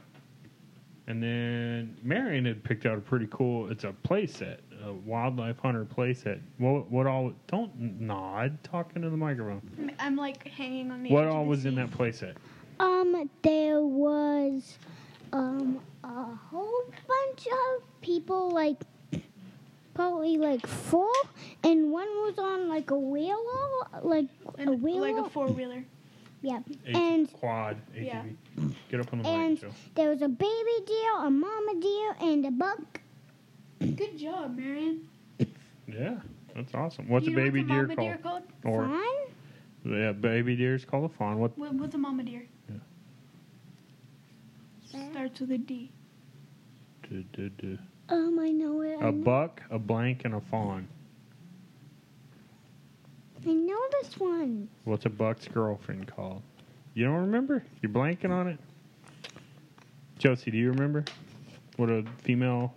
[SPEAKER 3] And then Marion had picked out a pretty cool. It's a playset, a wildlife hunter playset. What what all? Don't nod. Talking to the microphone.
[SPEAKER 1] I'm like hanging on the.
[SPEAKER 3] What
[SPEAKER 1] edge of
[SPEAKER 3] all
[SPEAKER 1] the
[SPEAKER 3] was in
[SPEAKER 1] seat.
[SPEAKER 3] that playset?
[SPEAKER 2] Um, there was um a whole bunch of people, like probably like four, and one was on like a wheel, like
[SPEAKER 1] And,
[SPEAKER 2] a wheel,
[SPEAKER 1] like a four wheeler.
[SPEAKER 2] yeah.
[SPEAKER 3] AT-
[SPEAKER 2] And
[SPEAKER 3] quad ATV.
[SPEAKER 1] Yeah.
[SPEAKER 3] Get up on the
[SPEAKER 2] and
[SPEAKER 3] mic, Joe.
[SPEAKER 2] there was a baby deer, a mama deer, and a buck.
[SPEAKER 1] Good job, Marion.
[SPEAKER 3] Yeah, that's awesome. What's
[SPEAKER 1] you
[SPEAKER 3] a
[SPEAKER 1] know
[SPEAKER 3] baby
[SPEAKER 1] what's a
[SPEAKER 3] deer
[SPEAKER 1] mama
[SPEAKER 3] called?
[SPEAKER 1] deer called?
[SPEAKER 3] Or
[SPEAKER 2] Fun.
[SPEAKER 3] yeah, baby deer's called a fawn. What?
[SPEAKER 1] What, what's a mama deer?
[SPEAKER 3] Yeah.
[SPEAKER 1] Starts with a D.
[SPEAKER 3] duh, duh, duh.
[SPEAKER 2] Um, I know it. I
[SPEAKER 3] A
[SPEAKER 1] Mm-hmm.
[SPEAKER 2] know,
[SPEAKER 3] buck, a blank, and a fawn.
[SPEAKER 2] I know this one.
[SPEAKER 3] What's a buck's girlfriend called? You don't remember? You're blanking on it? Josie, do you remember? What a female,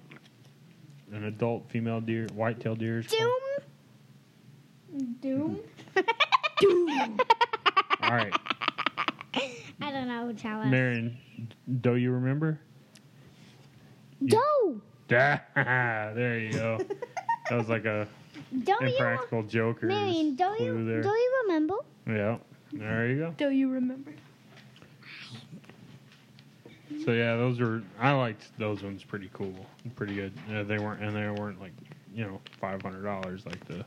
[SPEAKER 3] an adult female deer, white-tailed deer is called?
[SPEAKER 1] Doom.
[SPEAKER 3] All right,
[SPEAKER 2] I don't know. Tell us.
[SPEAKER 3] Marion, do you remember?
[SPEAKER 2] Do.
[SPEAKER 3] there you go. That was like a
[SPEAKER 2] Do you?
[SPEAKER 3] impractical joker.
[SPEAKER 2] Oh, Marion, do
[SPEAKER 3] clue
[SPEAKER 2] you?
[SPEAKER 3] there.
[SPEAKER 2] Do you remember?
[SPEAKER 3] Yeah, there you go.
[SPEAKER 1] Do you remember?
[SPEAKER 3] So yeah, those are I liked those ones pretty cool, pretty good. Uh, they weren't and they weren't like you know five hundred dollars like the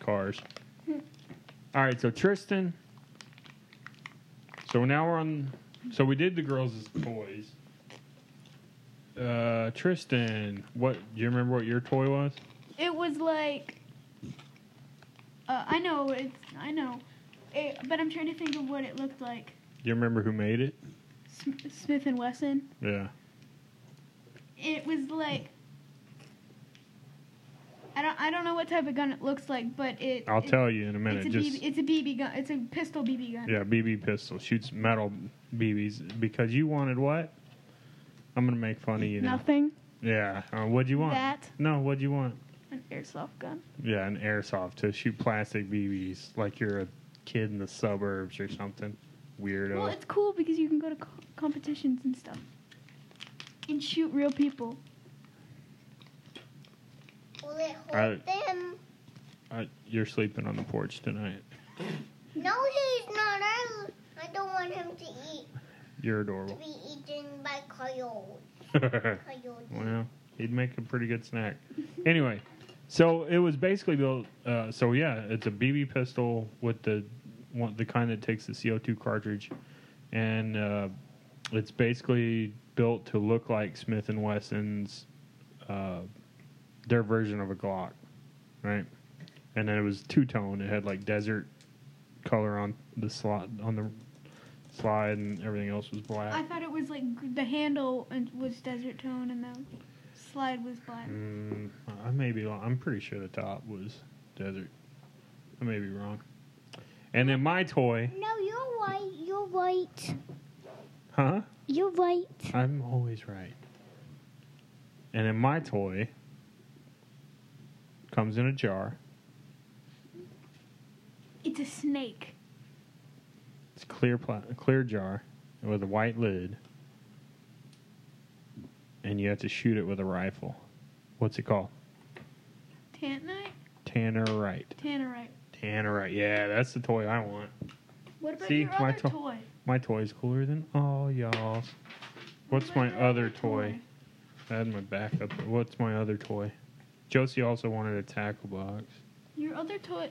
[SPEAKER 3] cars. All right, so Tristan. So now we're on. So we did the girls as toys. Uh, Tristan, what do you remember? What your toy was?
[SPEAKER 1] It was like. Uh, I know it's. I know, it, but I'm trying to think of what it looked like.
[SPEAKER 3] Do you remember who made it?
[SPEAKER 1] Sm- Smith and Wesson.
[SPEAKER 3] Yeah.
[SPEAKER 1] It was like. I don't. I don't know what type of gun it looks like, but it.
[SPEAKER 3] I'll
[SPEAKER 1] it-
[SPEAKER 3] tell you in a minute.
[SPEAKER 1] It's a,
[SPEAKER 3] Just
[SPEAKER 1] BB, it's a BB gun. It's a pistol BB gun.
[SPEAKER 3] Yeah, BB pistol shoots metal BBs because you wanted what? I'm gonna make fun of you now.
[SPEAKER 1] Nothing.
[SPEAKER 3] Yeah, uh, what'd you want?
[SPEAKER 1] That
[SPEAKER 3] No, what'd you want?
[SPEAKER 1] an airsoft gun.
[SPEAKER 3] Yeah, an airsoft to shoot plastic BBs like you're a kid in the suburbs or something. Weirdo.
[SPEAKER 1] Well, it's cool because you can go to co- competitions and stuff and shoot real people.
[SPEAKER 4] Will it hold
[SPEAKER 3] Alright.
[SPEAKER 4] them?
[SPEAKER 3] Uh, you're sleeping on the porch tonight.
[SPEAKER 4] No, he's not. I, I don't want him to eat.
[SPEAKER 3] You're
[SPEAKER 4] to
[SPEAKER 3] adorable.
[SPEAKER 4] be eaten by coyote. Coyote.
[SPEAKER 3] Well, he'd make a pretty good snack. Anyway, so it was basically built. Uh, so yeah, it's a BB pistol with the one, the kind that takes the CO2 cartridge, and uh, it's basically built to look like Smith and Wesson's uh, their version of a Glock, right? And then it was two tone. It had like desert color on the slot on the slide, and everything else was black.
[SPEAKER 1] I thought it was like g- the handle and- was desert tone and the slide was black.
[SPEAKER 3] Mm, I may be wrong. I'm pretty sure the top was desert. I may be wrong. And then my toy,
[SPEAKER 2] No, you're right. You're right.
[SPEAKER 3] huh?
[SPEAKER 2] You're right.
[SPEAKER 3] I'm always right. And then my toy comes in a jar.
[SPEAKER 1] It's a snake.
[SPEAKER 3] It's a clear pla- a clear jar with a white lid. And you have to shoot it with a rifle. What's it called?
[SPEAKER 1] Tantanite?
[SPEAKER 3] Tannerite.
[SPEAKER 1] Tannerite.
[SPEAKER 3] Tannerite. Yeah, that's the toy I want.
[SPEAKER 1] What about
[SPEAKER 3] See,
[SPEAKER 1] your
[SPEAKER 3] my
[SPEAKER 1] other
[SPEAKER 3] to-
[SPEAKER 1] toy?
[SPEAKER 3] My toy's cooler than all y'all's. What's
[SPEAKER 1] What about
[SPEAKER 3] my
[SPEAKER 1] your
[SPEAKER 3] other toy? I had my backup. but What's my other toy? Josie also wanted a tackle box.
[SPEAKER 1] Your other toy.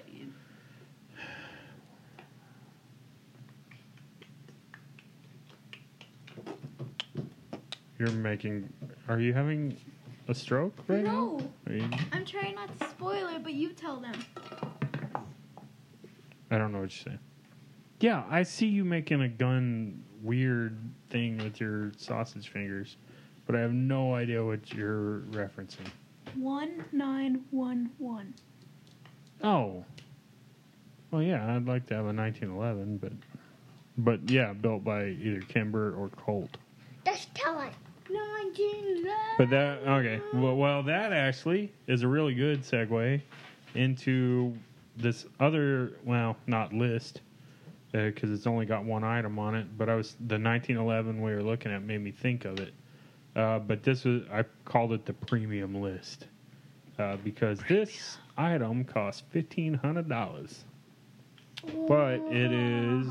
[SPEAKER 3] You're making. Are you having a stroke right
[SPEAKER 1] no,
[SPEAKER 3] now? Are you,
[SPEAKER 1] I'm trying not to spoil it, but you tell them.
[SPEAKER 3] I don't know what you're saying. Yeah, I see you making a gun weird thing with your sausage fingers, but I have no idea what you're referencing.
[SPEAKER 1] One nine one one.
[SPEAKER 3] Oh. Well, yeah, I'd like to have a 1911, but but yeah, built by either Kimber or Colt.
[SPEAKER 4] That's talent.
[SPEAKER 3] But that okay. Well, well, that actually is a really good segue into this other well, not list because it's only got one item on it. But I was the 1911 we were looking at made me think of it. Uh, but this was I called it the premium list uh, because this item costs fifteen hundred dollars. But it is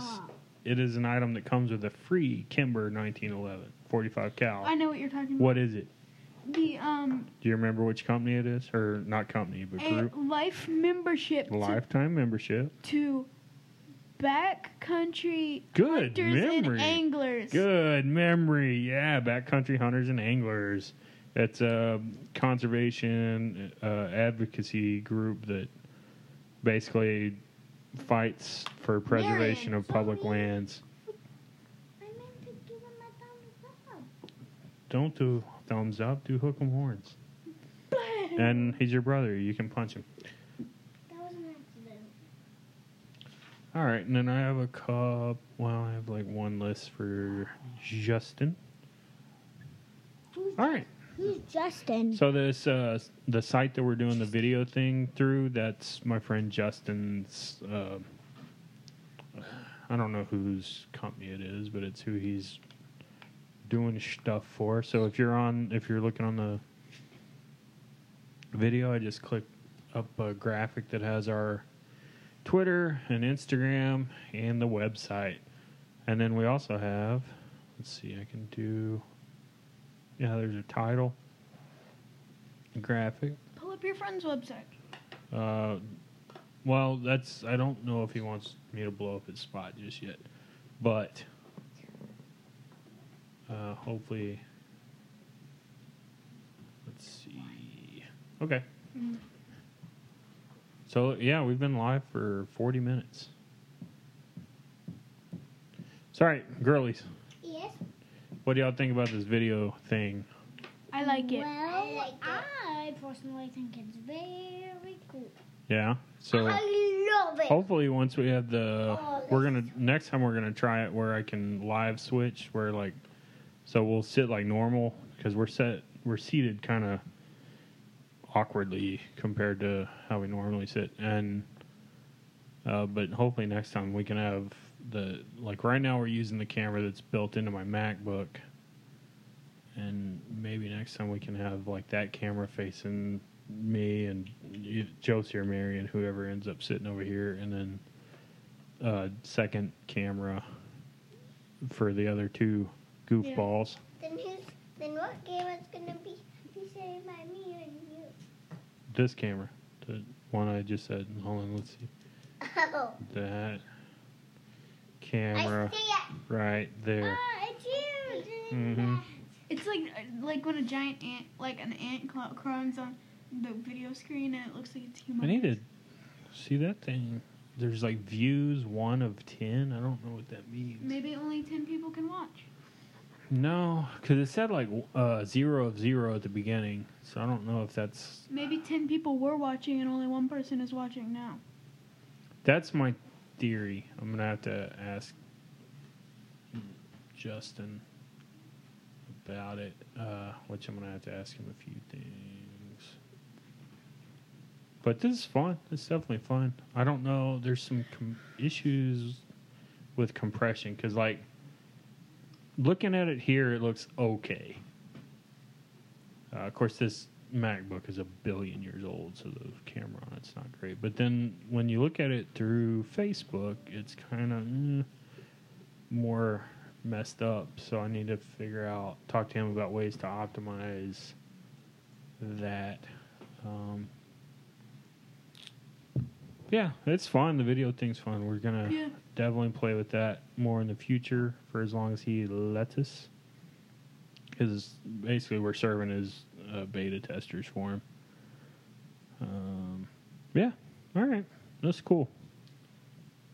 [SPEAKER 3] it is an item that comes with a free Kimber 1911 45 cal.
[SPEAKER 1] I know what you're talking about.
[SPEAKER 3] What is it?
[SPEAKER 1] The um
[SPEAKER 3] Do you remember which company it is? Or not company, but
[SPEAKER 1] a
[SPEAKER 3] group?
[SPEAKER 1] life membership to-
[SPEAKER 3] Lifetime membership.
[SPEAKER 1] to, backcountry
[SPEAKER 3] Good
[SPEAKER 1] hunters
[SPEAKER 3] memory.
[SPEAKER 1] and anglers.
[SPEAKER 3] Good memory. Yeah, backcountry hunters and anglers. It's a conservation uh, advocacy group that basically fights for preservation
[SPEAKER 4] Marion,
[SPEAKER 3] of public
[SPEAKER 4] so mean.
[SPEAKER 3] lands.
[SPEAKER 4] I meant to give him a thumbs up.
[SPEAKER 3] Don't do thumbs up, do hook 'em horns.
[SPEAKER 1] Blam.
[SPEAKER 3] And he's your brother. You can punch him.
[SPEAKER 4] That was an accident.
[SPEAKER 3] All right, and then I have a cup. Well, I have like one list for Justin.
[SPEAKER 2] Who's,
[SPEAKER 3] All right.
[SPEAKER 2] who's Justin?
[SPEAKER 3] So this uh, the site that we're doing the video thing through. That's my friend Justin's. Uh, I don't know whose company it is, but it's who he's doing stuff for. So if you're on, if you're looking on the video, I just click up a graphic that has our Twitter and Instagram and the website, and then we also have. Let's see, I can do. Yeah, there's a title graphic.
[SPEAKER 1] Pull up your friend's website.
[SPEAKER 3] Uh, well, that's I don't know if he wants me to blow up his spot just yet, but uh, hopefully, let's see. Okay.
[SPEAKER 1] Mm.
[SPEAKER 3] So yeah, we've been live for forty minutes. Sorry, girlies.
[SPEAKER 4] Yes,
[SPEAKER 3] What do y'all think about this video thing?
[SPEAKER 1] I like it.
[SPEAKER 2] Well,
[SPEAKER 4] I like
[SPEAKER 2] I personally think it's very cool.
[SPEAKER 3] Yeah. So.
[SPEAKER 4] I love it.
[SPEAKER 3] Hopefully, once we have the,
[SPEAKER 4] Oh,
[SPEAKER 3] we're gonna next time we're gonna try it where I can live switch where like, so we'll sit like normal because we're set we're seated kind of awkwardly compared to how we normally sit and, uh, but hopefully next time we can have the like right now we're using the camera that's built into my MacBook, and maybe next time we can have like that camera facing me and you- Josie or Mary and whoever ends up sitting over here, and then uh, second camera for the other two goofballs.
[SPEAKER 4] Then who's then what game is gonna be be saved by me and you?
[SPEAKER 3] This camera, the one I just said. Hold on, let's see
[SPEAKER 4] Oh,
[SPEAKER 3] that
[SPEAKER 4] I
[SPEAKER 3] camera
[SPEAKER 4] see it.
[SPEAKER 3] right there.
[SPEAKER 4] Ah, it's you. doing
[SPEAKER 3] Mhm.
[SPEAKER 4] that.
[SPEAKER 1] It's like uh, like when a giant ant, like an ant, cl- climbs on the video screen and it looks like it's human.
[SPEAKER 3] I need to see that thing. There's like views one of ten. I don't know what that means.
[SPEAKER 1] Maybe only ten people can watch.
[SPEAKER 3] No, because it said like uh, zero of zero at the beginning, so I don't know if that's
[SPEAKER 1] Maybe ten people were watching and only one person is watching now.
[SPEAKER 3] that's my theory. I'm gonna have to ask Justin about it, uh, which I'm gonna have to ask him a few things. But this is fun. It's definitely fun. I don't know. There's some com- issues with compression because, like, looking at it here, it looks okay. Uh, of course, this MacBook is a billion years old, so the camera on it's not great. But then when you look at it through Facebook, it's kind of mm, more messed up. So I need to figure out, talk to him about ways to optimize that. Um, yeah, it's fun. The video thing's fun. We're gonna
[SPEAKER 1] Yeah.
[SPEAKER 3] definitely play with that more in the future for as long as he lets us. Because basically, we're serving as uh, beta testers for him. Um, yeah. All right. That's cool.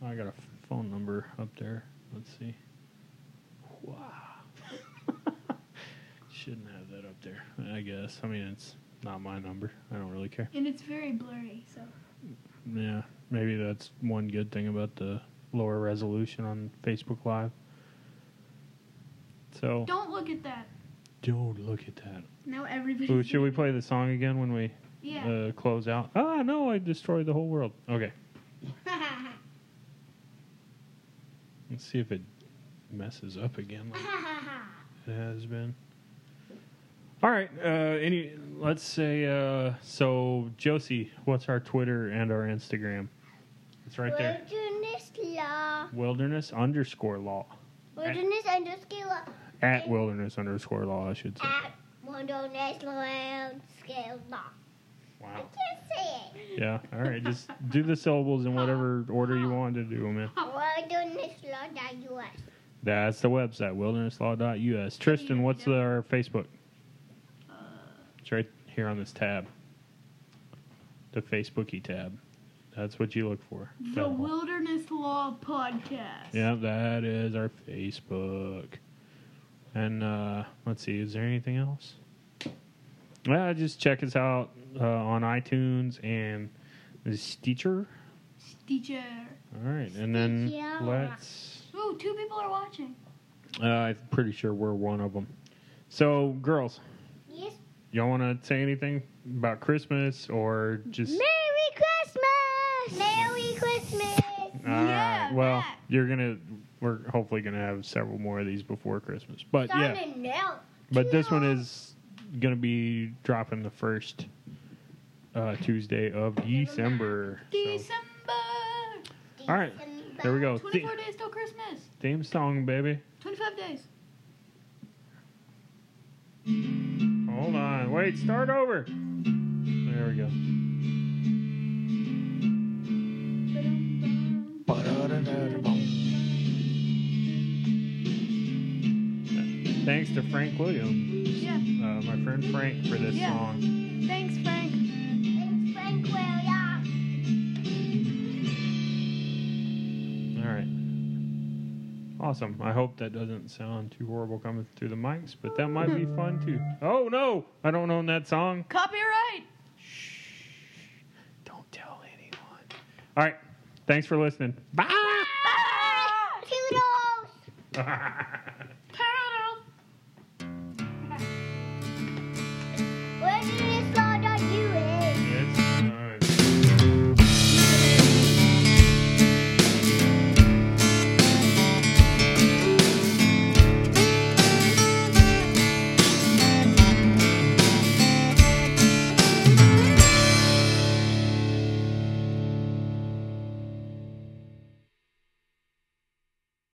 [SPEAKER 3] I got a f- phone number up there. Let's see. Wow. Shouldn't have that up there, I guess. I mean, it's not my number. I don't really care.
[SPEAKER 1] And it's very blurry, so
[SPEAKER 3] Yeah, maybe that's one good thing about the lower resolution on Facebook Live. So
[SPEAKER 1] don't look at that.
[SPEAKER 3] don't look at that.
[SPEAKER 1] Now everybody.
[SPEAKER 3] Ooh, should we play the song again when we
[SPEAKER 1] Yeah.
[SPEAKER 3] uh, close out? Ah, no, I destroyed the whole world. Okay, let's see if it messes up again like it has been. All right. Uh, any? Let's say. Uh, so Josie, what's our Twitter and our Instagram? It's right there.
[SPEAKER 4] Wilderness law.
[SPEAKER 3] Wilderness underscore law.
[SPEAKER 4] Wilderness underscore law.
[SPEAKER 3] At wilderness underscore law, I should say.
[SPEAKER 4] At wilderness underscore law. I
[SPEAKER 3] Wow.
[SPEAKER 4] can't say it.
[SPEAKER 3] Yeah. All right. Just do the syllables in whatever order you want to do them in.
[SPEAKER 4] Wilderness law dot US.
[SPEAKER 3] That's the website, wildernesslaw.us. Tristan, what's the, our Facebook? It's right here on this tab. The Facebooky tab. That's what you look for.
[SPEAKER 1] the
[SPEAKER 3] That-
[SPEAKER 1] Wilderness Law Podcast.
[SPEAKER 3] yeah, that is our Facebook. And uh, let's see, is there anything else? Yeah, just check us out uh, on iTunes and Stitcher.
[SPEAKER 1] Teacher.
[SPEAKER 3] All right, and then
[SPEAKER 2] Stitcher.
[SPEAKER 3] let's.
[SPEAKER 1] Ooh, two people are watching.
[SPEAKER 3] Uh, I'm pretty sure we're one of them. So, girls,
[SPEAKER 4] Yes.
[SPEAKER 3] y'all want to say anything about Christmas or just?
[SPEAKER 4] Merry Christmas! Merry Christmas!
[SPEAKER 3] All right,
[SPEAKER 1] Yeah,
[SPEAKER 3] uh, Well,
[SPEAKER 1] that.
[SPEAKER 3] you're gonna. We're hopefully gonna have several more of these before Christmas, but yeah.
[SPEAKER 4] Simon, no.
[SPEAKER 3] But this one is gonna be dropping the first uh, Tuesday of December. So,
[SPEAKER 1] December.
[SPEAKER 3] all right, there we go. Th-
[SPEAKER 1] 24 days till Christmas.
[SPEAKER 3] theme song, baby.
[SPEAKER 1] 25 days.
[SPEAKER 3] Hold on. Wait, start over. There we go. Thanks to Frank Williams,
[SPEAKER 1] Yeah.
[SPEAKER 3] uh, my friend Frank, for this
[SPEAKER 1] Yeah.
[SPEAKER 3] song.
[SPEAKER 1] Thanks, Frank.
[SPEAKER 4] Thanks, Frank William.
[SPEAKER 3] All right. Awesome. I hope that doesn't sound too horrible coming through the mics, but that might be fun too. Oh no! I don't own that song.
[SPEAKER 1] Copyright.
[SPEAKER 3] Don't tell anyone. All right. Thanks for listening. Bye.
[SPEAKER 4] Toodles!
[SPEAKER 3] Bye.